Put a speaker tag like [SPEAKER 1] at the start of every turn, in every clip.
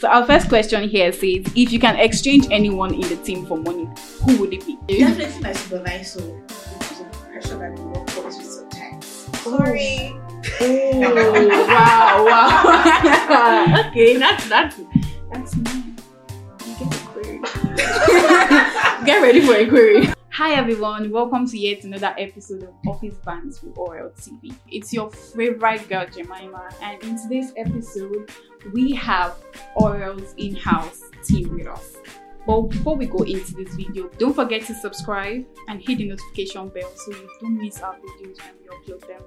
[SPEAKER 1] So our first question here says, if you can exchange anyone in the team for money, who would it be?
[SPEAKER 2] Definitely my supervisor, which is a pressure that we work with sometimes. Sorry.
[SPEAKER 1] Oh wow, wow. okay, that's that's that's me. Get a query. Get ready for a query. Hi everyone, welcome to yet another episode of Office Bands with ORL TV. It's your favorite girl Jemima, and in today's episode, we have ORL's in-house team with us. But before we go into this video, don't forget to subscribe and hit the notification bell so you don't miss our videos when we upload them.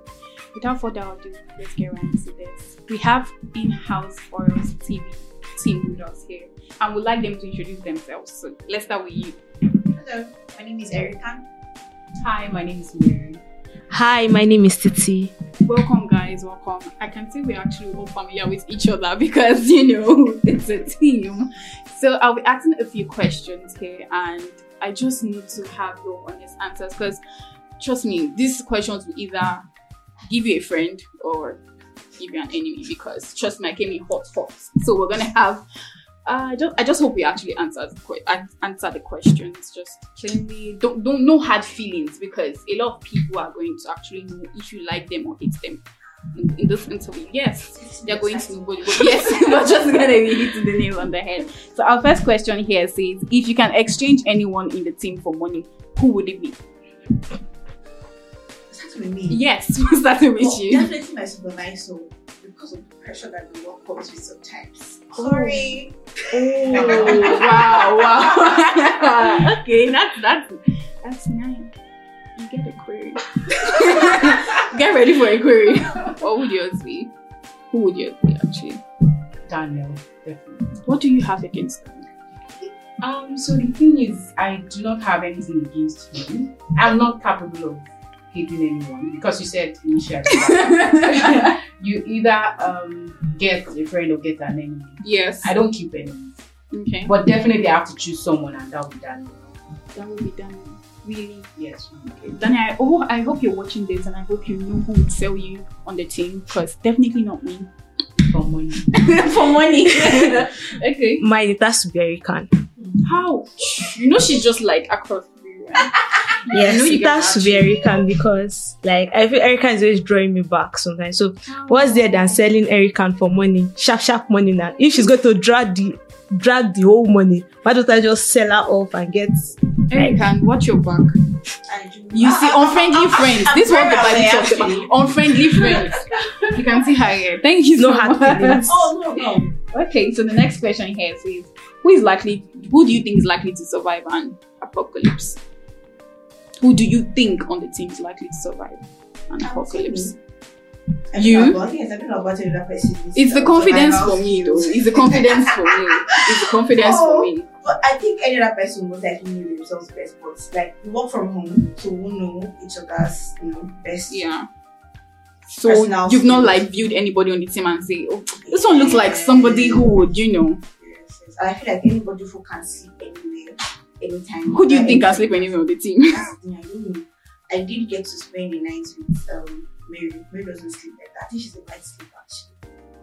[SPEAKER 1] Without further ado, let's get right into this. We have in-house Orioles TV team with us here, and we'd like them to introduce themselves. So let's start with you.
[SPEAKER 2] Hello, my name is Erica.
[SPEAKER 1] Hi, my name is Mary.
[SPEAKER 3] Hi, my name is Titi.
[SPEAKER 1] Welcome, guys. Welcome. I can see we're actually all familiar with each other because you know it's a team. So I'll be asking a few questions here, and I just need to have your honest answers because trust me, these questions will either give you a friend or give you an enemy because trust me, I came in hot, hot. So we're gonna have. Uh, just, I just hope we actually answer the, que- an- answer the questions. Just plainly, don't don't no hard feelings because a lot of people are going to actually know if you like them or hate them in, in this interview. Yes, they're going to but, but yes, we're just gonna be hitting the nail on the head. So our first question here says, if you can exchange anyone in the team for money, who would it be?
[SPEAKER 2] Start with me.
[SPEAKER 1] Yes, we're starting with
[SPEAKER 2] Well,
[SPEAKER 1] you.
[SPEAKER 2] Definitely my supervisor because of the pressure that we work with sometimes. Sorry.
[SPEAKER 1] Oh wow, wow. okay, that's that's that's nice. You get a query. get ready for a query. What would yours be? Who would yours be actually?
[SPEAKER 4] Daniel, definitely.
[SPEAKER 1] What do you have against them?
[SPEAKER 4] Um, so the thing is, I do not have anything against him. I'm not capable of hating anyone because you said initially that you either um, get a friend or get an enemy.
[SPEAKER 1] yes.
[SPEAKER 4] I don't keep enemies,
[SPEAKER 1] Okay.
[SPEAKER 4] but definitely I have to choose someone, and that would be Daniel.
[SPEAKER 1] That would be done. Really.
[SPEAKER 4] Yes.
[SPEAKER 1] Danny, I, oh, I hope you're watching this and I hope you know who would sell you on the team because definitely not me.
[SPEAKER 4] For money.
[SPEAKER 1] For money. okay.
[SPEAKER 3] My that's Berican.
[SPEAKER 1] How? You know, she's just like across the room, right?
[SPEAKER 3] Yes,
[SPEAKER 1] know you get
[SPEAKER 3] that's
[SPEAKER 1] that.
[SPEAKER 3] Berican because like I feel Erican is always drawing me back sometimes. So
[SPEAKER 1] Oh.
[SPEAKER 3] what's there than selling Erican for money? Sharp, sharp money now. If she's going to drag the drag the whole money, why don't I just sell her off and get
[SPEAKER 1] Erica, watch your back.
[SPEAKER 2] I do.
[SPEAKER 1] You see, unfriendly
[SPEAKER 2] I'm-
[SPEAKER 1] friends.
[SPEAKER 2] I'm eh?
[SPEAKER 1] this was
[SPEAKER 2] very
[SPEAKER 1] the Bible
[SPEAKER 2] aware,
[SPEAKER 1] talks about.
[SPEAKER 2] actually.
[SPEAKER 1] Unfriendly friends. You can see her here. Thank you so
[SPEAKER 3] no hard
[SPEAKER 1] much.
[SPEAKER 3] feelings?
[SPEAKER 2] Oh no no.
[SPEAKER 1] Okay, so the next question here says, who is likely? Who do you think is likely to survive an apocalypse? Who do you think on the team is likely to survive an
[SPEAKER 2] I would say
[SPEAKER 1] apocalypse?
[SPEAKER 2] me. I don't
[SPEAKER 1] You?
[SPEAKER 2] know about- yes, I don't know about any other person.
[SPEAKER 1] It's the
[SPEAKER 2] Uh,
[SPEAKER 1] confidence
[SPEAKER 2] survival.
[SPEAKER 1] for me, though. It's the confidence for me. It's the confidence
[SPEAKER 2] Oh.
[SPEAKER 1] for me.
[SPEAKER 2] But I think any other person would like know themselves best. But like we work from home, so we know each other's you know best.
[SPEAKER 1] Yeah. So
[SPEAKER 2] Personal
[SPEAKER 1] you've not
[SPEAKER 2] skills.
[SPEAKER 1] like viewed anybody on the team and say, oh, this one looks like somebody who would, you know.
[SPEAKER 2] Yes, yes. I feel like anybody who can sleep anywhere, anytime.
[SPEAKER 1] Who do you
[SPEAKER 2] without
[SPEAKER 1] think can
[SPEAKER 2] anything.
[SPEAKER 1] sleep anywhere on the team?
[SPEAKER 2] That's the thing, I don't know. I did get to spend a night with um Mary. Mary doesn't sleep like that. I think she's a light sleeper. actually.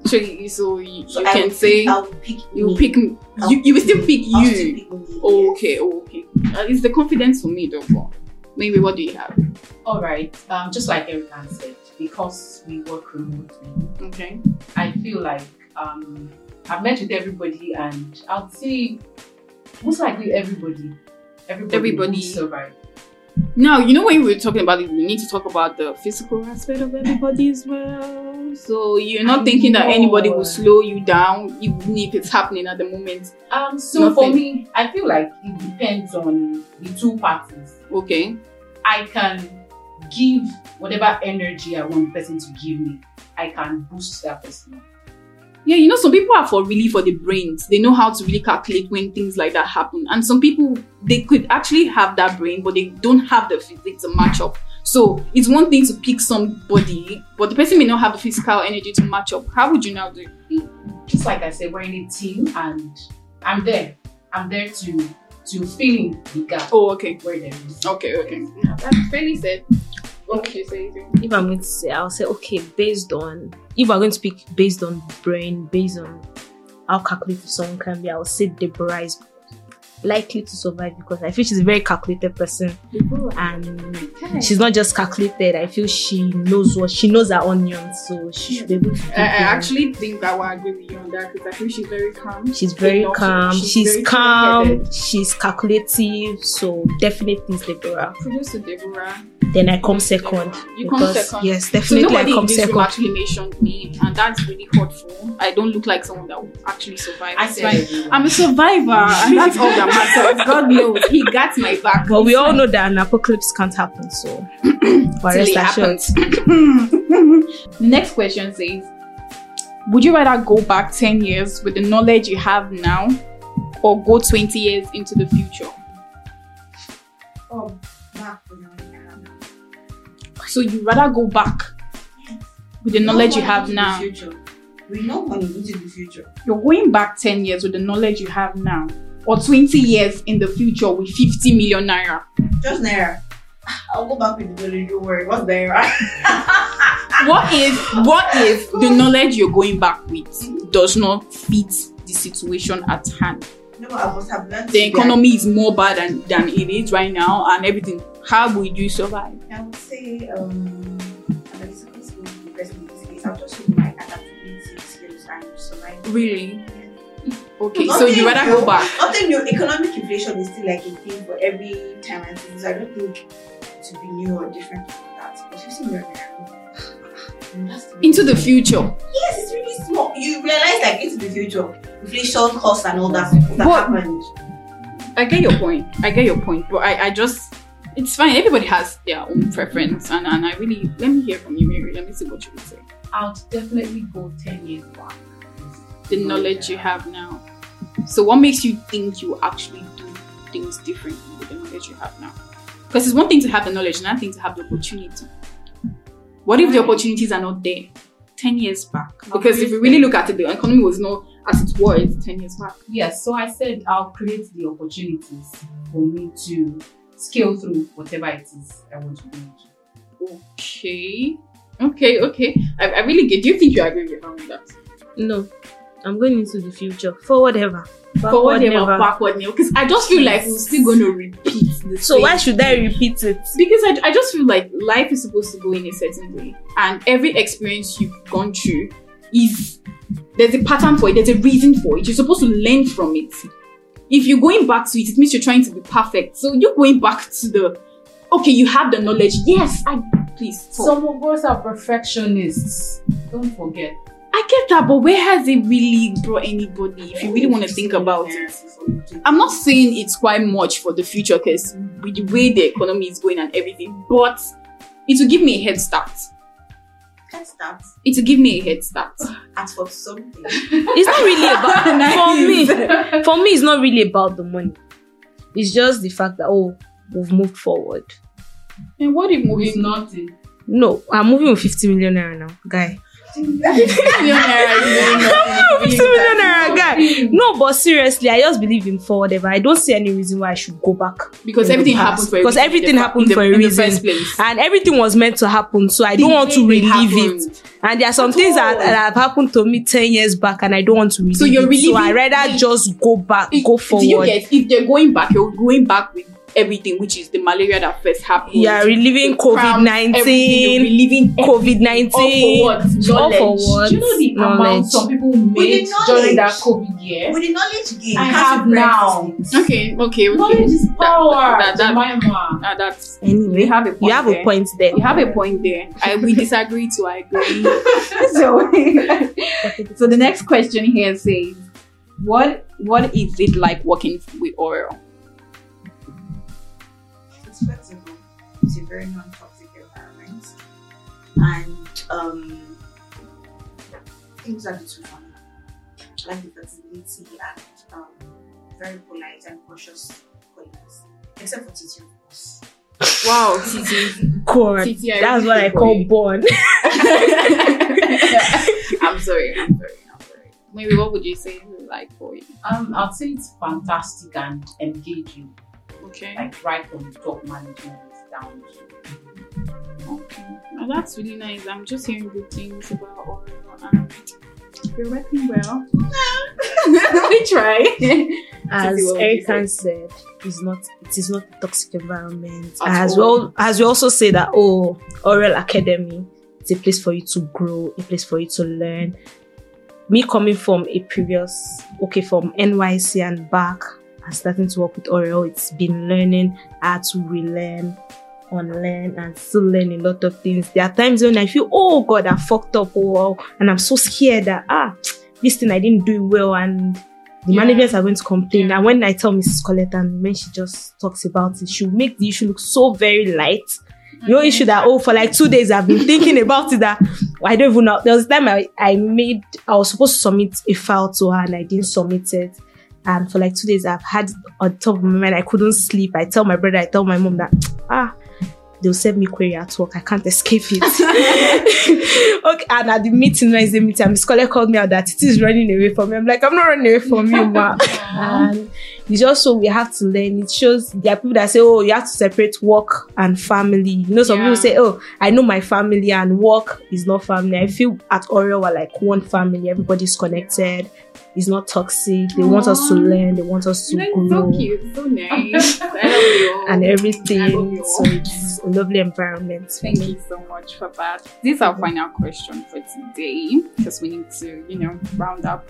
[SPEAKER 1] So, you- so you,
[SPEAKER 2] So
[SPEAKER 1] you
[SPEAKER 2] I
[SPEAKER 1] can
[SPEAKER 2] would
[SPEAKER 1] say
[SPEAKER 2] pick, I would pick
[SPEAKER 1] you
[SPEAKER 2] me.
[SPEAKER 1] pick, m-
[SPEAKER 2] I'll
[SPEAKER 1] you, you will still pick
[SPEAKER 2] I'll still
[SPEAKER 1] you.
[SPEAKER 2] pick me,
[SPEAKER 1] Oh,
[SPEAKER 2] yes.
[SPEAKER 1] okay, oh, okay. Uh, it's the confidence for me, though. For maybe what do you have?
[SPEAKER 4] All right. Um, just like Erica said, because we work remotely,
[SPEAKER 1] Okay.
[SPEAKER 4] I feel like um, I've met with everybody, and I'll say most likely everybody, everybody,
[SPEAKER 1] Everybody.
[SPEAKER 4] will survive.
[SPEAKER 1] Now you know when we were talking about it, we need to talk about the physical aspect of everybody as well. So you're not
[SPEAKER 4] I
[SPEAKER 1] thinking that
[SPEAKER 4] know.
[SPEAKER 1] anybody will slow you down, even if it's happening at the moment.
[SPEAKER 4] Um, so for
[SPEAKER 1] Nothing.
[SPEAKER 4] me, I feel like it depends on the two parties.
[SPEAKER 1] Okay.
[SPEAKER 4] I can give whatever energy I want the person to give me. I can boost that person.
[SPEAKER 1] Yeah, you know, some people are for really for the brains. They know how to really calculate when things like that happen. And some people they could actually have that brain, but they don't have the physics to match up. So it's one thing to pick somebody, but the person may not have the physical energy to match up. How would you now do? it?
[SPEAKER 4] Just like I said, we're in a team, and I'm there. I'm there to to fill in the gap
[SPEAKER 1] Oh, okay.
[SPEAKER 4] where there is.
[SPEAKER 1] Okay, okay. That's fairly said. What would you say?
[SPEAKER 3] if I'm going to say I'll say okay, based on if I'm going to speak based on brain, based on how calculative someone can be, I would say Deborah is likely to survive because I feel she's a very calculated person and she's not just calculated. I feel she knows what she knows her onions, so she should be able
[SPEAKER 1] I,
[SPEAKER 3] to.
[SPEAKER 1] I
[SPEAKER 3] pick them.
[SPEAKER 1] Eh, actually think I will agree with you on that because I think she's very calm.
[SPEAKER 3] She's very
[SPEAKER 1] enough.
[SPEAKER 3] calm.
[SPEAKER 1] She's
[SPEAKER 3] She's,
[SPEAKER 1] very
[SPEAKER 3] calm.
[SPEAKER 1] calculated.
[SPEAKER 3] She's calculative. So definitely is Deborah.
[SPEAKER 1] Kudos to Deborah.
[SPEAKER 3] Then I come second.
[SPEAKER 1] You come
[SPEAKER 3] because-
[SPEAKER 1] second.
[SPEAKER 3] Yes,
[SPEAKER 1] So
[SPEAKER 3] definitely I
[SPEAKER 1] nobody in
[SPEAKER 3] come
[SPEAKER 1] this room
[SPEAKER 3] second.
[SPEAKER 1] actually mentioned me, and that's really hurtful. I don't look like someone that would actually survive.
[SPEAKER 4] I
[SPEAKER 1] It's
[SPEAKER 4] said
[SPEAKER 1] fine.
[SPEAKER 4] everyone.
[SPEAKER 1] I'm a survivor, and that's all that matters. God knows, He got my back.
[SPEAKER 3] But we all know that an apocalypse can't happen, so for
[SPEAKER 1] Till
[SPEAKER 3] rest
[SPEAKER 1] it
[SPEAKER 3] assured.
[SPEAKER 1] happens. the next question says, "Would you rather go back ten years with the knowledge you have now, or go twenty years into the future?"
[SPEAKER 2] Oh, back when I was young.
[SPEAKER 1] So you rather go back with the knowledge you have now.
[SPEAKER 2] We know money into the future.
[SPEAKER 1] You're going back 10 years with the knowledge you have now, or 20 years in the future with 50 million naira.
[SPEAKER 2] Just Naira. I'll go back with the knowledge. Don't worry. What's Naira?
[SPEAKER 1] What if what if the knowledge you're going back with does not fit the situation at hand?
[SPEAKER 2] no, I must have learned.
[SPEAKER 1] The
[SPEAKER 2] to be
[SPEAKER 1] economy is more bad than, than it is right now and everything. How would you survive?
[SPEAKER 2] I would say um, analytical skills would be best in this case. I'll just use my adaptability skills and survive.
[SPEAKER 1] Really? Okay, so you rather go back.
[SPEAKER 2] Nothing new. Economic inflation is still like a thing for every time and things. I don't think to be new or different from that. But 50 million oh, naira, that's really-
[SPEAKER 1] Into the future.
[SPEAKER 2] Yes, it's really small. You realize like into the future, inflation, costs, and all that that
[SPEAKER 1] But-
[SPEAKER 2] happened.
[SPEAKER 1] I get your point. I get your point, but I, I just it's fine. Everybody has their own preference, and, and I really let me hear from you, Mary. Let me see what you would say.
[SPEAKER 4] I'll definitely go 10 years back.
[SPEAKER 1] The
[SPEAKER 4] Oh,
[SPEAKER 1] knowledge you have now. So, what makes you think you actually do things differently with the knowledge you have now? Because it's one thing to have the knowledge, another thing to have the opportunity. What if the opportunities are not there ten years back? Because if we really look at it, the economy was not as it was ten years back.
[SPEAKER 4] Yes, so I said I'll create the opportunities for me to scale through whatever it is I want to do.
[SPEAKER 1] Okay, okay, okay. I, I really get. Do you think you agree with her on that?
[SPEAKER 3] No, I'm going into the future for whatever.
[SPEAKER 1] But what about backward nail? Because I just feel like we're still going to repeat the
[SPEAKER 3] So
[SPEAKER 1] same
[SPEAKER 3] why should I
[SPEAKER 1] thing.
[SPEAKER 3] repeat it?
[SPEAKER 1] Because I, I just feel like life is supposed to go in a certain way, and every experience you've gone through is there's a pattern for it, there's a reason for it. You're supposed to learn from it. If you're going back to it, it means you're trying to be perfect. So you're going back to the okay, you have the knowledge. Yes, I please. stop.
[SPEAKER 4] Some of us are perfectionists. Don't forget.
[SPEAKER 1] I get that, but where has it really brought anybody? If you really want to think about it. I'm not saying it's quite much for the future because with the way the economy is going and everything, but it will give me a head start.
[SPEAKER 2] Can't start
[SPEAKER 1] It will give me a head start.
[SPEAKER 2] at for something.
[SPEAKER 3] It's not really about
[SPEAKER 1] Nice.
[SPEAKER 3] for me. For me, it's not really about the money. It's just the fact that oh, we've moved forward.
[SPEAKER 1] And what if
[SPEAKER 4] With
[SPEAKER 1] moving
[SPEAKER 4] nothing.
[SPEAKER 3] No, I'm moving with 50 million naira now, guy.
[SPEAKER 1] millionaire?
[SPEAKER 3] 50 million naira, guy. No, but seriously, I just believe in for whatever. I don't see any reason why I should go back.
[SPEAKER 1] Because
[SPEAKER 3] In the
[SPEAKER 1] everything
[SPEAKER 3] past.
[SPEAKER 1] happened for a
[SPEAKER 3] Because
[SPEAKER 1] reason in
[SPEAKER 3] everything
[SPEAKER 1] the-
[SPEAKER 3] happened
[SPEAKER 1] in the-
[SPEAKER 3] for a
[SPEAKER 1] in the
[SPEAKER 3] reason.
[SPEAKER 1] first place.
[SPEAKER 3] and everything was meant to happen so i don't want to
[SPEAKER 1] It
[SPEAKER 3] relive it
[SPEAKER 1] happened.
[SPEAKER 3] and there are some things that, that have happened to me 10 years back and i don't want to relive
[SPEAKER 1] So you're
[SPEAKER 3] it so i
[SPEAKER 1] reliving-
[SPEAKER 3] rather just go back
[SPEAKER 1] It-
[SPEAKER 3] go
[SPEAKER 1] Do you
[SPEAKER 3] forward
[SPEAKER 1] get? If they're going back, you're going back with everything, which is the malaria that first happened.
[SPEAKER 3] yeah reliving
[SPEAKER 1] The cramps, everything,
[SPEAKER 3] covid-19
[SPEAKER 1] You're reliving All for
[SPEAKER 3] covid-19
[SPEAKER 1] what?
[SPEAKER 3] All
[SPEAKER 1] Knowledge.
[SPEAKER 3] for what?
[SPEAKER 4] Do you know the amount
[SPEAKER 3] Knowledge.
[SPEAKER 4] some people
[SPEAKER 2] With
[SPEAKER 4] made
[SPEAKER 2] the knowledge.
[SPEAKER 4] during that COVID year?
[SPEAKER 2] With the knowledge gained,
[SPEAKER 4] I
[SPEAKER 2] can't
[SPEAKER 4] have
[SPEAKER 2] you practice
[SPEAKER 4] now.
[SPEAKER 2] it?
[SPEAKER 1] Okay, okay,
[SPEAKER 4] Knowledge
[SPEAKER 1] okay.
[SPEAKER 4] is power.
[SPEAKER 1] that- that-
[SPEAKER 4] Jemima.
[SPEAKER 1] Ah, that's
[SPEAKER 3] anyway
[SPEAKER 1] you have a point.
[SPEAKER 3] you have a
[SPEAKER 1] there.
[SPEAKER 3] point there
[SPEAKER 1] You have a point there. I, we disagree to I agree. so, so the next question here says, "What what is it like working with oil?"
[SPEAKER 2] It's flexible. It's a very non-toxic environment, and um, things are the two for me. I Like the flexibility and um, very polite and cautious colleagues, except for Titi, of course.
[SPEAKER 1] Wow, Titi,
[SPEAKER 3] god
[SPEAKER 1] Titi, I
[SPEAKER 3] that's
[SPEAKER 1] really
[SPEAKER 3] oh, what
[SPEAKER 1] feel
[SPEAKER 3] i
[SPEAKER 1] for
[SPEAKER 3] call
[SPEAKER 1] you.
[SPEAKER 3] born
[SPEAKER 1] I'm sorry. I'm sorry. I'm sorry. Maybe what would you say is it like for you?
[SPEAKER 4] Um, I'd say it's fantastic and engaging.
[SPEAKER 1] Okay.
[SPEAKER 4] like right from the top management down to
[SPEAKER 1] Okay. Now that's really nice. I'm just hearing good things about oil and You're working well. we try.
[SPEAKER 3] as
[SPEAKER 1] To do what we
[SPEAKER 3] Erica said, it's not it is not a toxic environment.
[SPEAKER 1] At
[SPEAKER 3] as
[SPEAKER 1] all.
[SPEAKER 3] well as we also say that oh, Oral Academy, it's a place for you to grow, a place for you to learn. Me coming from a previous okay from NYC and back and starting to work with Oral, it's been learning how to relearn. Unlearn and still learn a lot of things. There are times when I feel, oh God, I fucked up, oh, wow," and I'm so scared that ah, this thing I didn't do well, and the
[SPEAKER 1] Yeah.
[SPEAKER 3] managers are going to complain.
[SPEAKER 1] Yeah.
[SPEAKER 3] And when I tell Mrs. Colette and when she just talks about it, she'll make the issue look so very light. Your issue that, oh, for like two days I've been thinking about it that I don't even know. There was a time I, I made, I was supposed to submit a file to her and I didn't submit it. And for Um, like two days I've had it on top of my mind, I couldn't sleep. I tell my brother, I tell my mom that, ah, they'll send me query at work. I can't escape it. okay, and at the meeting, Wednesday meeting, Miss Colette called me out that it is running away from me. I'm like, I'm not running away from you, ma. and it's just so we have to learn. It shows there are people that say, oh, you have to separate work and family. You know, some
[SPEAKER 1] Yeah.
[SPEAKER 3] people say, oh, I know my family and work is not family. I feel at Oreo we're like one family. Everybody's connected. It's not toxic. They want us to
[SPEAKER 1] Aw.
[SPEAKER 3] learn. They want us to
[SPEAKER 1] That's
[SPEAKER 3] grow
[SPEAKER 1] so cute, so nice. I love you.
[SPEAKER 3] and
[SPEAKER 1] I love
[SPEAKER 3] everything.
[SPEAKER 1] you.
[SPEAKER 3] So it's a lovely environment.
[SPEAKER 1] Thank you so much for that. This is our final question for today because we need to, you know, round up.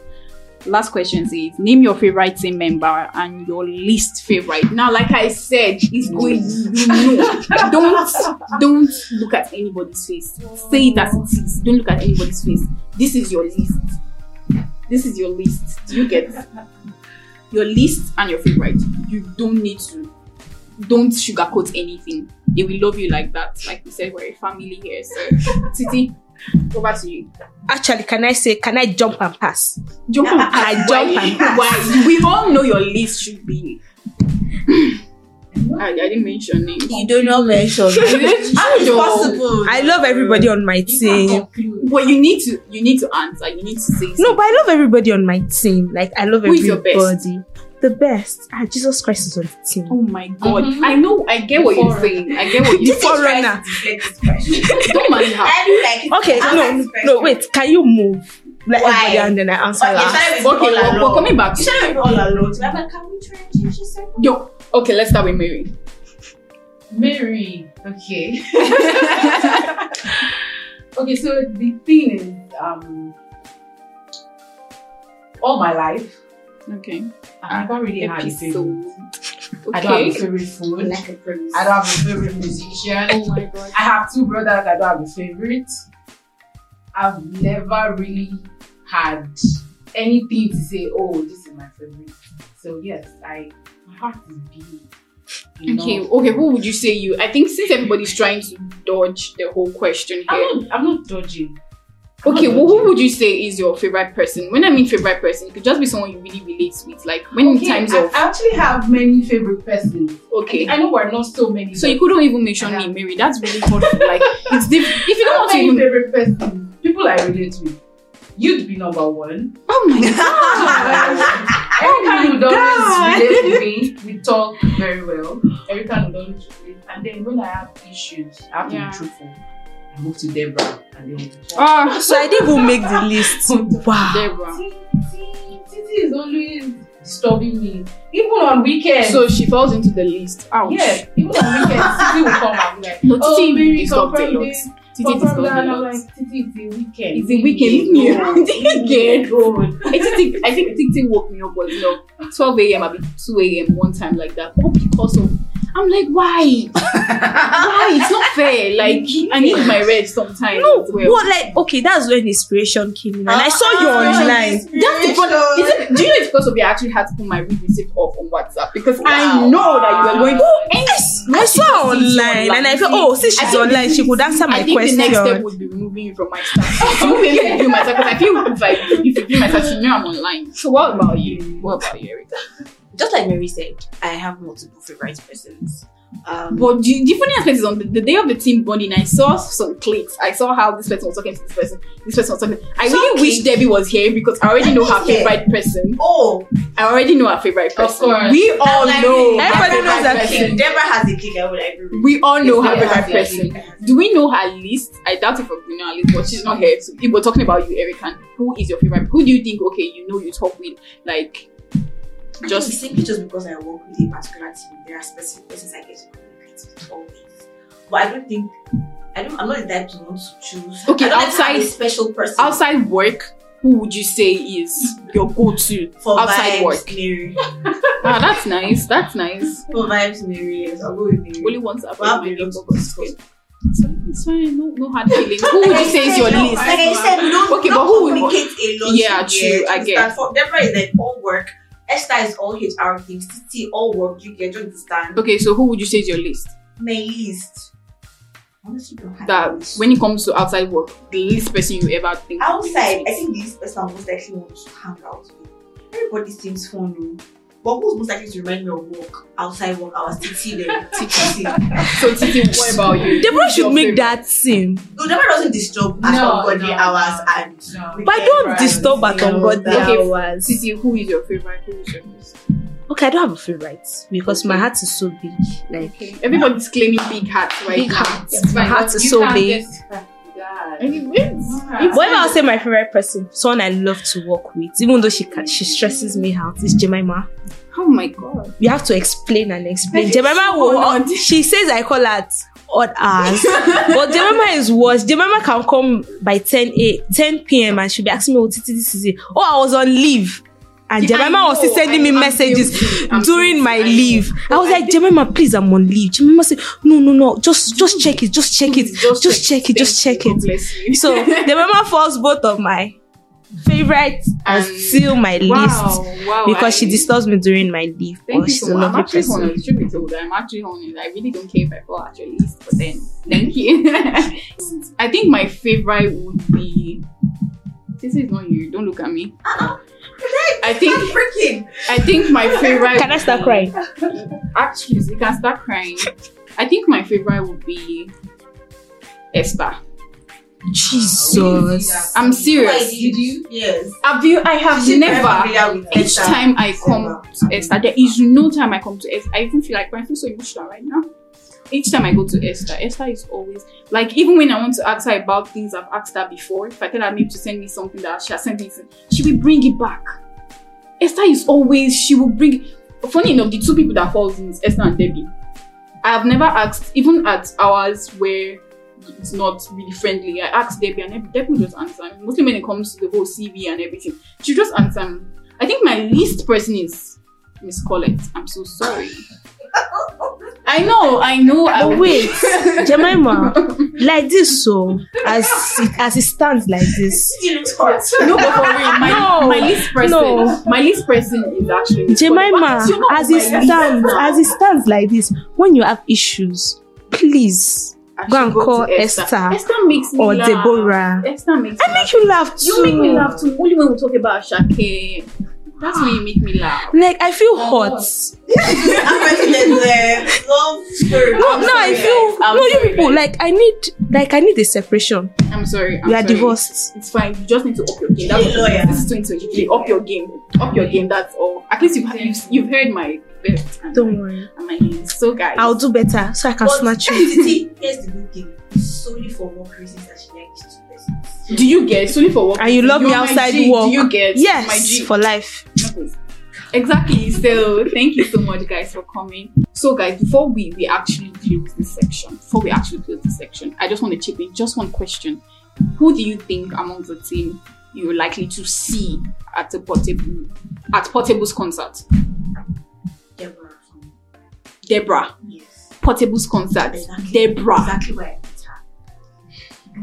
[SPEAKER 1] Last question is name your favorite team member and your least favorite. Now, like I said, it's going no. Don't don't look at anybody's face. Say it as it is. Don't look at anybody's face. This is your list. This is your list. Do you get your list and your favorite? You don't need to don't sugarcoat anything. They will love you like that. Like we said, we're a family here. So, Titi, over to you.
[SPEAKER 3] actually can i say can i jump and pass
[SPEAKER 1] Jump on
[SPEAKER 3] I jump and pass.
[SPEAKER 1] Why? We all know your list should be. I, I didn't mention names.
[SPEAKER 5] You do not mention. How is
[SPEAKER 1] No.
[SPEAKER 5] possible?
[SPEAKER 3] i love everybody on my team
[SPEAKER 1] But you need to you need to answer. You need to say
[SPEAKER 3] no but i love everybody on my team like i love
[SPEAKER 1] Who is your
[SPEAKER 3] everybody
[SPEAKER 1] best?
[SPEAKER 3] the best ah jesus christ is on the team
[SPEAKER 1] Oh my god.
[SPEAKER 4] Mhm.
[SPEAKER 1] I know I get what you're saying. I get what you're
[SPEAKER 3] This
[SPEAKER 1] saying.
[SPEAKER 3] foreigner
[SPEAKER 2] Get this question.
[SPEAKER 1] Don't mind her.
[SPEAKER 2] I like
[SPEAKER 3] okay
[SPEAKER 2] I like
[SPEAKER 3] no
[SPEAKER 2] this question.
[SPEAKER 3] no wait can you move like
[SPEAKER 2] Why?
[SPEAKER 3] everybody and then i answer
[SPEAKER 2] Okay,
[SPEAKER 3] last.
[SPEAKER 2] started with
[SPEAKER 1] Okay,
[SPEAKER 2] all
[SPEAKER 1] we're, we're
[SPEAKER 2] alone.
[SPEAKER 1] coming back.
[SPEAKER 2] You started with all alone. So I'm like, can we try and change this? up?
[SPEAKER 1] Yo, okay, let's start with Mary.
[SPEAKER 4] Mary. Okay. okay, so the thing is, um, all my life,
[SPEAKER 1] okay.
[SPEAKER 4] I've never really had a favorite.
[SPEAKER 1] Ah, Episode.
[SPEAKER 4] I don't have a
[SPEAKER 1] Okay.
[SPEAKER 4] favorite food.
[SPEAKER 2] Like a prince.
[SPEAKER 4] I don't have a favorite musician.
[SPEAKER 1] Oh my god.
[SPEAKER 4] I have two brothers. I don't have a favorite. I've never really had anything to say. Oh, this is my favorite. So yes, I my heart is big. you know.
[SPEAKER 1] Okay, okay, who would you say you? I think since everybody's trying to dodge the whole question
[SPEAKER 4] I'm
[SPEAKER 1] here.
[SPEAKER 4] not. I'm not dodging. I'm
[SPEAKER 1] Okay,
[SPEAKER 4] not
[SPEAKER 1] well, who
[SPEAKER 4] dodging.
[SPEAKER 1] would you say is your favorite person? When I mean favorite person, it could just be someone you really relate with. Like when in
[SPEAKER 4] Okay,
[SPEAKER 1] times
[SPEAKER 4] I,
[SPEAKER 1] of
[SPEAKER 4] I actually have many favorite persons.
[SPEAKER 1] okay,
[SPEAKER 4] I, I know we're not so many.
[SPEAKER 1] so you
[SPEAKER 4] but
[SPEAKER 1] couldn't even mention
[SPEAKER 4] I
[SPEAKER 1] me,
[SPEAKER 4] have-
[SPEAKER 1] Mary. That's really hard. like it's diff- if you
[SPEAKER 4] I
[SPEAKER 1] don't
[SPEAKER 4] have
[SPEAKER 1] want to
[SPEAKER 4] many
[SPEAKER 1] even.
[SPEAKER 4] favorite persons. People I relate with. You'd be number one.
[SPEAKER 1] Oh my god!
[SPEAKER 4] Erica would
[SPEAKER 1] Oh
[SPEAKER 4] always relate with me. We talk very well. Erica would always relate. And then when I have issues, I have
[SPEAKER 1] Yeah.
[SPEAKER 4] to be truthful. I move to Deborah and then we talk.
[SPEAKER 1] oh,
[SPEAKER 3] so i didn't even make the list Ah. wow
[SPEAKER 1] Deborah.
[SPEAKER 4] Titi Titi is always disturbing me. Even on weekends.
[SPEAKER 1] So she falls into the list. Ouch.
[SPEAKER 4] yeah, even on weekends, Titi will come and be like,
[SPEAKER 1] No,
[SPEAKER 4] oh,
[SPEAKER 1] Titi
[SPEAKER 4] Mary,
[SPEAKER 1] disturbed a
[SPEAKER 4] confirm
[SPEAKER 1] lot.
[SPEAKER 4] this,
[SPEAKER 1] Titi
[SPEAKER 4] confirm
[SPEAKER 1] disturbed
[SPEAKER 4] that.
[SPEAKER 1] a
[SPEAKER 4] And I'm
[SPEAKER 1] lot.
[SPEAKER 4] like, Titi, it's a weekend.
[SPEAKER 1] It's a weekend. Leave me alone.
[SPEAKER 4] Leave
[SPEAKER 1] Get
[SPEAKER 3] Oh
[SPEAKER 4] alone.
[SPEAKER 1] I think Tik- I think Tik Tik woke me up at you know, 12 a.m. I be 2 a.m. one time like that. All because of I'm like, why? why? It's not fair. Like I need my rest sometimes.
[SPEAKER 3] no
[SPEAKER 1] as well.
[SPEAKER 3] what like okay that's when inspiration came in and i saw you
[SPEAKER 2] Ah.
[SPEAKER 3] online
[SPEAKER 1] That's the problem. Is
[SPEAKER 3] uh,
[SPEAKER 1] it, do you know it's because of you I actually had to put my read receipt off on WhatsApp because I
[SPEAKER 2] Wow.
[SPEAKER 1] know that you were going.
[SPEAKER 3] Oh, yes, I saw her
[SPEAKER 1] She's
[SPEAKER 3] online and I
[SPEAKER 1] online.
[SPEAKER 3] felt, oh, since
[SPEAKER 1] I
[SPEAKER 3] she's
[SPEAKER 1] think
[SPEAKER 3] online, she could answer
[SPEAKER 1] I
[SPEAKER 3] my
[SPEAKER 1] think the next step
[SPEAKER 3] question.
[SPEAKER 1] would be removing you from my staff. So you won't be able to do my staff because I feel if I if you do my staff, you know I'm online. So what about you? What about you, Erica?
[SPEAKER 5] Just like Mary said,
[SPEAKER 2] I have multiple favorite persons. Um,
[SPEAKER 1] But the, the funny aspect is on the, the day of the team bonding, I saw some clicks. I saw how this person was talking to this person, this person was talking. I
[SPEAKER 2] Some
[SPEAKER 1] really wish
[SPEAKER 2] cliques.
[SPEAKER 1] Debbie was here because I already know her
[SPEAKER 2] Debbie's here.
[SPEAKER 1] favorite person.
[SPEAKER 2] oh,
[SPEAKER 1] I already know her favorite person.
[SPEAKER 4] course.
[SPEAKER 1] We all
[SPEAKER 2] like,
[SPEAKER 1] know.
[SPEAKER 2] Deborah
[SPEAKER 3] Everybody knows
[SPEAKER 2] has
[SPEAKER 3] that
[SPEAKER 2] a
[SPEAKER 3] thing.
[SPEAKER 2] kick. Deborah has a kick. I would agree.
[SPEAKER 1] We all know her
[SPEAKER 4] Deborah
[SPEAKER 1] favorite
[SPEAKER 4] has
[SPEAKER 1] person. Do we know her list? I doubt if we know her list, but she's not here. So if we're talking about you, Erica, who is your favorite? Who do you think, okay, you know you talk with? Like,
[SPEAKER 2] I
[SPEAKER 1] just-
[SPEAKER 2] think it's simply just because I work with a particular team, there are specific persons I get to communicate with always. But I don't think I don't. I'm not the type to want to choose.
[SPEAKER 1] Okay,
[SPEAKER 2] I don't like to have
[SPEAKER 1] outside-
[SPEAKER 2] a special person
[SPEAKER 1] outside work, who would you say is your go to?
[SPEAKER 2] for
[SPEAKER 1] outside
[SPEAKER 2] vibes,
[SPEAKER 1] work.
[SPEAKER 2] Mary.
[SPEAKER 1] Ah, that's nice. That's nice.
[SPEAKER 2] For vibes, Mary. Yes, I'll go with Mary.
[SPEAKER 1] Only once I've
[SPEAKER 2] Well,
[SPEAKER 1] my
[SPEAKER 2] Mary
[SPEAKER 1] name.
[SPEAKER 2] also goes to
[SPEAKER 1] It's fine, it's fine. No, no hard feelings. Who would you
[SPEAKER 2] Like I
[SPEAKER 1] say is your
[SPEAKER 2] said, no,
[SPEAKER 1] least?
[SPEAKER 2] Like I said, we don't,
[SPEAKER 1] Okay,
[SPEAKER 2] we don't
[SPEAKER 1] but who would-
[SPEAKER 2] communicate a lot.
[SPEAKER 1] Yeah,
[SPEAKER 2] in here,
[SPEAKER 1] true,
[SPEAKER 2] do you
[SPEAKER 1] I
[SPEAKER 2] understand?
[SPEAKER 1] get.
[SPEAKER 2] For Deborah is like all work. Esther is all HR things. Titi all work. You get. You understand?
[SPEAKER 1] Okay, so who would you say is your least?
[SPEAKER 2] My least. Honestly, don't have a
[SPEAKER 1] That
[SPEAKER 2] list.
[SPEAKER 1] when it comes to outside work, the least person you ever think of is
[SPEAKER 2] outside, I
[SPEAKER 1] least.
[SPEAKER 2] think this person most likely wants to hang out with. Everybody seems fun, no? but who's most likely to remind me of work outside work hours? Titi there, Titi. No,
[SPEAKER 1] So Titi, what about you?
[SPEAKER 3] Deborah
[SPEAKER 1] Who's your
[SPEAKER 3] should make
[SPEAKER 1] favorite?
[SPEAKER 3] that same.
[SPEAKER 2] that one doesn't disturb
[SPEAKER 4] No,
[SPEAKER 2] at all body
[SPEAKER 4] no,
[SPEAKER 2] hours
[SPEAKER 4] no.
[SPEAKER 2] and.
[SPEAKER 4] No.
[SPEAKER 3] But I don't
[SPEAKER 4] Right.
[SPEAKER 3] disturb at
[SPEAKER 2] No,
[SPEAKER 3] all. God
[SPEAKER 2] that
[SPEAKER 1] Okay,
[SPEAKER 3] hours.
[SPEAKER 1] Titi, who is your favorite? Who is your least?
[SPEAKER 3] Okay, I don't have a favorite because my heart is so big. Like
[SPEAKER 1] Okay, everybody's claiming big hat right
[SPEAKER 3] Big
[SPEAKER 1] now.
[SPEAKER 3] heart.
[SPEAKER 1] It's
[SPEAKER 3] My
[SPEAKER 1] fine.
[SPEAKER 3] heart is
[SPEAKER 4] You
[SPEAKER 3] so
[SPEAKER 4] can't
[SPEAKER 3] big.
[SPEAKER 4] just- God.
[SPEAKER 1] Anyways,
[SPEAKER 4] Alright.
[SPEAKER 3] Whatever I'll say my favorite person, someone I love to work with, even though she can, she stresses me out, is Jemima.
[SPEAKER 1] oh my god.
[SPEAKER 3] You have to explain and explain.
[SPEAKER 1] She's
[SPEAKER 3] Jemima
[SPEAKER 1] so
[SPEAKER 3] will
[SPEAKER 1] honored.
[SPEAKER 3] she says I call her at odd hours. but Jemima is worse. Jemima can come by 10 a 10 p.m. and she'll be asking me, Oh, Titi, this is it. Oh, I was on leave. And
[SPEAKER 1] Yeah, I
[SPEAKER 3] Jemima was
[SPEAKER 1] know.
[SPEAKER 3] still sending me
[SPEAKER 1] I- I'm
[SPEAKER 3] messages
[SPEAKER 1] guilty. I'm
[SPEAKER 3] during
[SPEAKER 1] guilty.
[SPEAKER 3] my
[SPEAKER 1] I know.
[SPEAKER 3] leave. I was
[SPEAKER 1] I
[SPEAKER 3] like, Jemima, please, I'm on leave. Jemima said, No, no, no, just just check it, just check it, just, check it, just check it.
[SPEAKER 1] God bless you.
[SPEAKER 3] So the mama falls both of my favorite and
[SPEAKER 1] And-
[SPEAKER 3] still my list
[SPEAKER 1] wow, wow,
[SPEAKER 3] because she
[SPEAKER 1] I-
[SPEAKER 3] disturbs me during my leave. Oh,
[SPEAKER 1] Thank
[SPEAKER 3] but
[SPEAKER 1] you
[SPEAKER 3] she's
[SPEAKER 1] so
[SPEAKER 3] a
[SPEAKER 1] much. I'm
[SPEAKER 3] lovely
[SPEAKER 1] actually
[SPEAKER 3] person.
[SPEAKER 1] honored. Truth be told, I'm actually honored. I really don't care if I fall at your least, but then thank you. I think my favorite would be. This is not you. Don't look at me. I think
[SPEAKER 2] Freaking!
[SPEAKER 1] I think my favorite.
[SPEAKER 3] Can I
[SPEAKER 1] would
[SPEAKER 3] start
[SPEAKER 1] be-
[SPEAKER 3] crying?
[SPEAKER 1] Actually, you can start crying. I think my favorite would be Esther.
[SPEAKER 3] Jesus.
[SPEAKER 1] I'm serious.
[SPEAKER 2] Why did you? Yes.
[SPEAKER 1] Have you? I have
[SPEAKER 2] She's very
[SPEAKER 1] never.
[SPEAKER 2] familiar with
[SPEAKER 1] Each
[SPEAKER 2] Esther.
[SPEAKER 1] time I come
[SPEAKER 2] Esther.
[SPEAKER 1] Esther. There is no time I come to Esther. I even feel like I feel so emotional right now. Each time I go to Esther, Esther is always like even when I want to ask her about things I've asked her before. If I tell her maybe to send me something that she has sent me, she will bring it back. Esther is always she will bring. Funny enough, the two people that falls in is Esther and Debbie. I have never asked even at hours where it's not really friendly. I asked Debbie and Debbie will just answer. me. Mostly when it comes to the whole CV and everything, she just answer. me. I think my least person is Miss Collette, I'm so sorry. I know, I know. I
[SPEAKER 3] But Oh, wait, Jemima, like this, so as it, as it stands like this,
[SPEAKER 2] She looks hot.
[SPEAKER 1] No, but for real, my,
[SPEAKER 3] No,
[SPEAKER 1] my least person,
[SPEAKER 3] no.
[SPEAKER 1] my least person is actually Miss Collette. Why
[SPEAKER 3] Jemima,
[SPEAKER 1] don't you know
[SPEAKER 3] as
[SPEAKER 1] my
[SPEAKER 3] it
[SPEAKER 1] least?
[SPEAKER 3] stands, as it stands like this, when you have issues, please
[SPEAKER 1] I should
[SPEAKER 3] go and
[SPEAKER 1] to
[SPEAKER 3] call Esther
[SPEAKER 1] Esther makes me
[SPEAKER 3] or
[SPEAKER 1] laugh.
[SPEAKER 3] Deborah.
[SPEAKER 1] Esther makes me
[SPEAKER 3] I
[SPEAKER 1] laugh.
[SPEAKER 3] make you laugh too.
[SPEAKER 1] You make me laugh too. Only when we talk about Shake. That's when you make me laugh.
[SPEAKER 3] Like I feel hot.
[SPEAKER 2] I'm president there. Love her.
[SPEAKER 3] No, no, I
[SPEAKER 1] sorry, guys.
[SPEAKER 3] feel
[SPEAKER 1] I'm
[SPEAKER 3] no. You
[SPEAKER 1] sorry,
[SPEAKER 3] people
[SPEAKER 1] guys.
[SPEAKER 3] like I need like I need a separation.
[SPEAKER 1] I'm sorry. I'm
[SPEAKER 3] we are
[SPEAKER 1] sorry.
[SPEAKER 3] divorced.
[SPEAKER 1] It's fine. You just need to up your game. That's
[SPEAKER 2] Lawyer.
[SPEAKER 1] what this is 2023. Up your game. Up your game. That's all. At least you've you've, you've heard my best and
[SPEAKER 3] Don't worry,
[SPEAKER 1] and my names. So guys,
[SPEAKER 3] I'll do better so I can
[SPEAKER 2] But
[SPEAKER 3] snatch you.
[SPEAKER 2] Titi, here's the good thing. It's solely for work reasons that she likes two persons.
[SPEAKER 1] Do you get solely for work?
[SPEAKER 3] And you love me
[SPEAKER 1] You're my
[SPEAKER 3] outside
[SPEAKER 1] G.
[SPEAKER 3] work.
[SPEAKER 1] Do you get my
[SPEAKER 3] Yes,
[SPEAKER 1] G?
[SPEAKER 3] for life.
[SPEAKER 1] exactly. So thank you so much, guys, for coming. So guys, before we we actually close this section, before we actually close this section, I just want to chip in just one question: Who do you think amongst the team you're likely to see at a portable at portable's concert?
[SPEAKER 2] Deborah. from-
[SPEAKER 1] Deborah,
[SPEAKER 2] Yes.
[SPEAKER 1] portable's concert.
[SPEAKER 2] Exactly.
[SPEAKER 1] Deborah.
[SPEAKER 2] Exactly where I put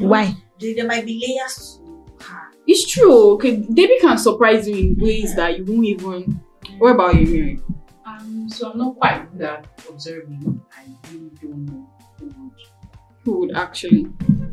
[SPEAKER 2] her.
[SPEAKER 3] Why?
[SPEAKER 2] there, there might be layers to her.
[SPEAKER 1] It's true. Okay, Debbie can surprise you in ways that you won't even. What about you, Mary?
[SPEAKER 4] Um, so I'm not quite good at observing. I really don't know too much.
[SPEAKER 1] Who would actually?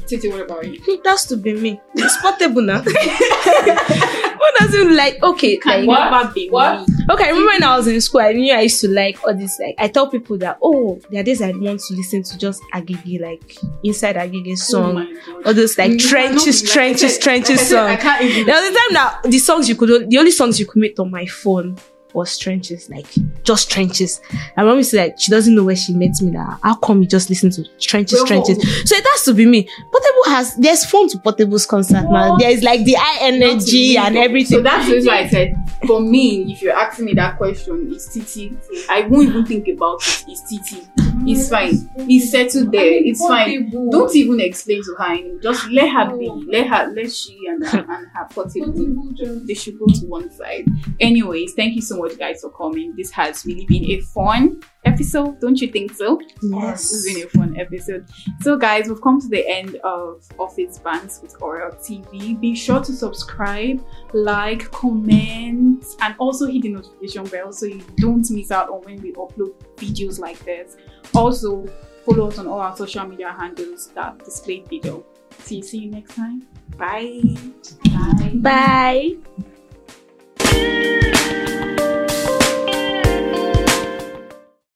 [SPEAKER 1] Titi, what about you?
[SPEAKER 3] It has Hmm, to be me. It's portable now. what does it like? Okay,
[SPEAKER 1] Can
[SPEAKER 3] like,
[SPEAKER 4] What?
[SPEAKER 1] never be
[SPEAKER 4] What?
[SPEAKER 1] me.
[SPEAKER 3] Okay, I remember when I was in school, I knew I used to like all this. Like, I tell people that, oh, there are days I want to listen to just Agege, like inside Agege
[SPEAKER 1] Oh
[SPEAKER 3] song,
[SPEAKER 1] my God.
[SPEAKER 3] all those like
[SPEAKER 1] You cannot
[SPEAKER 3] trenches,
[SPEAKER 1] be Mm-hmm. like-
[SPEAKER 3] trenches,
[SPEAKER 1] like I said,
[SPEAKER 3] trenches song.
[SPEAKER 1] I can't even.
[SPEAKER 3] There was a time that the songs you could, the only songs you could make on my phone was trenches, like just trenches. And mom used to like, she doesn't know where she met me. That how come you just listen to trenches,
[SPEAKER 1] Wait,
[SPEAKER 3] trenches?
[SPEAKER 1] whoa,
[SPEAKER 3] So it has to be me. Portable has there's phone to Portable's concert man.
[SPEAKER 1] What?
[SPEAKER 3] There is like the high energy
[SPEAKER 1] Not
[SPEAKER 3] and
[SPEAKER 1] illegal. So
[SPEAKER 3] everything.
[SPEAKER 1] that's the reason why I said, for me, if you're asking me that question, it's TT. I won't even think about it. It's TT. It's fine. It's settled there. It's fine. Don't even explain to her. anything. Just let her be. Let her. Let she and her, and her portable. They should go to one side. Anyways, thank you so much, guys, for coming. This has really been a fun episode, don't you think so? This has been a fun episode. So, guys, we've come to the end of Office Bands with Oral TV. Be sure to subscribe, like, comment, and also hit the notification bell so you don't miss out on when we upload videos like this. Also, follow us on all our social media handles that display below. See, see you next time. Bye. Bye.
[SPEAKER 3] Bye.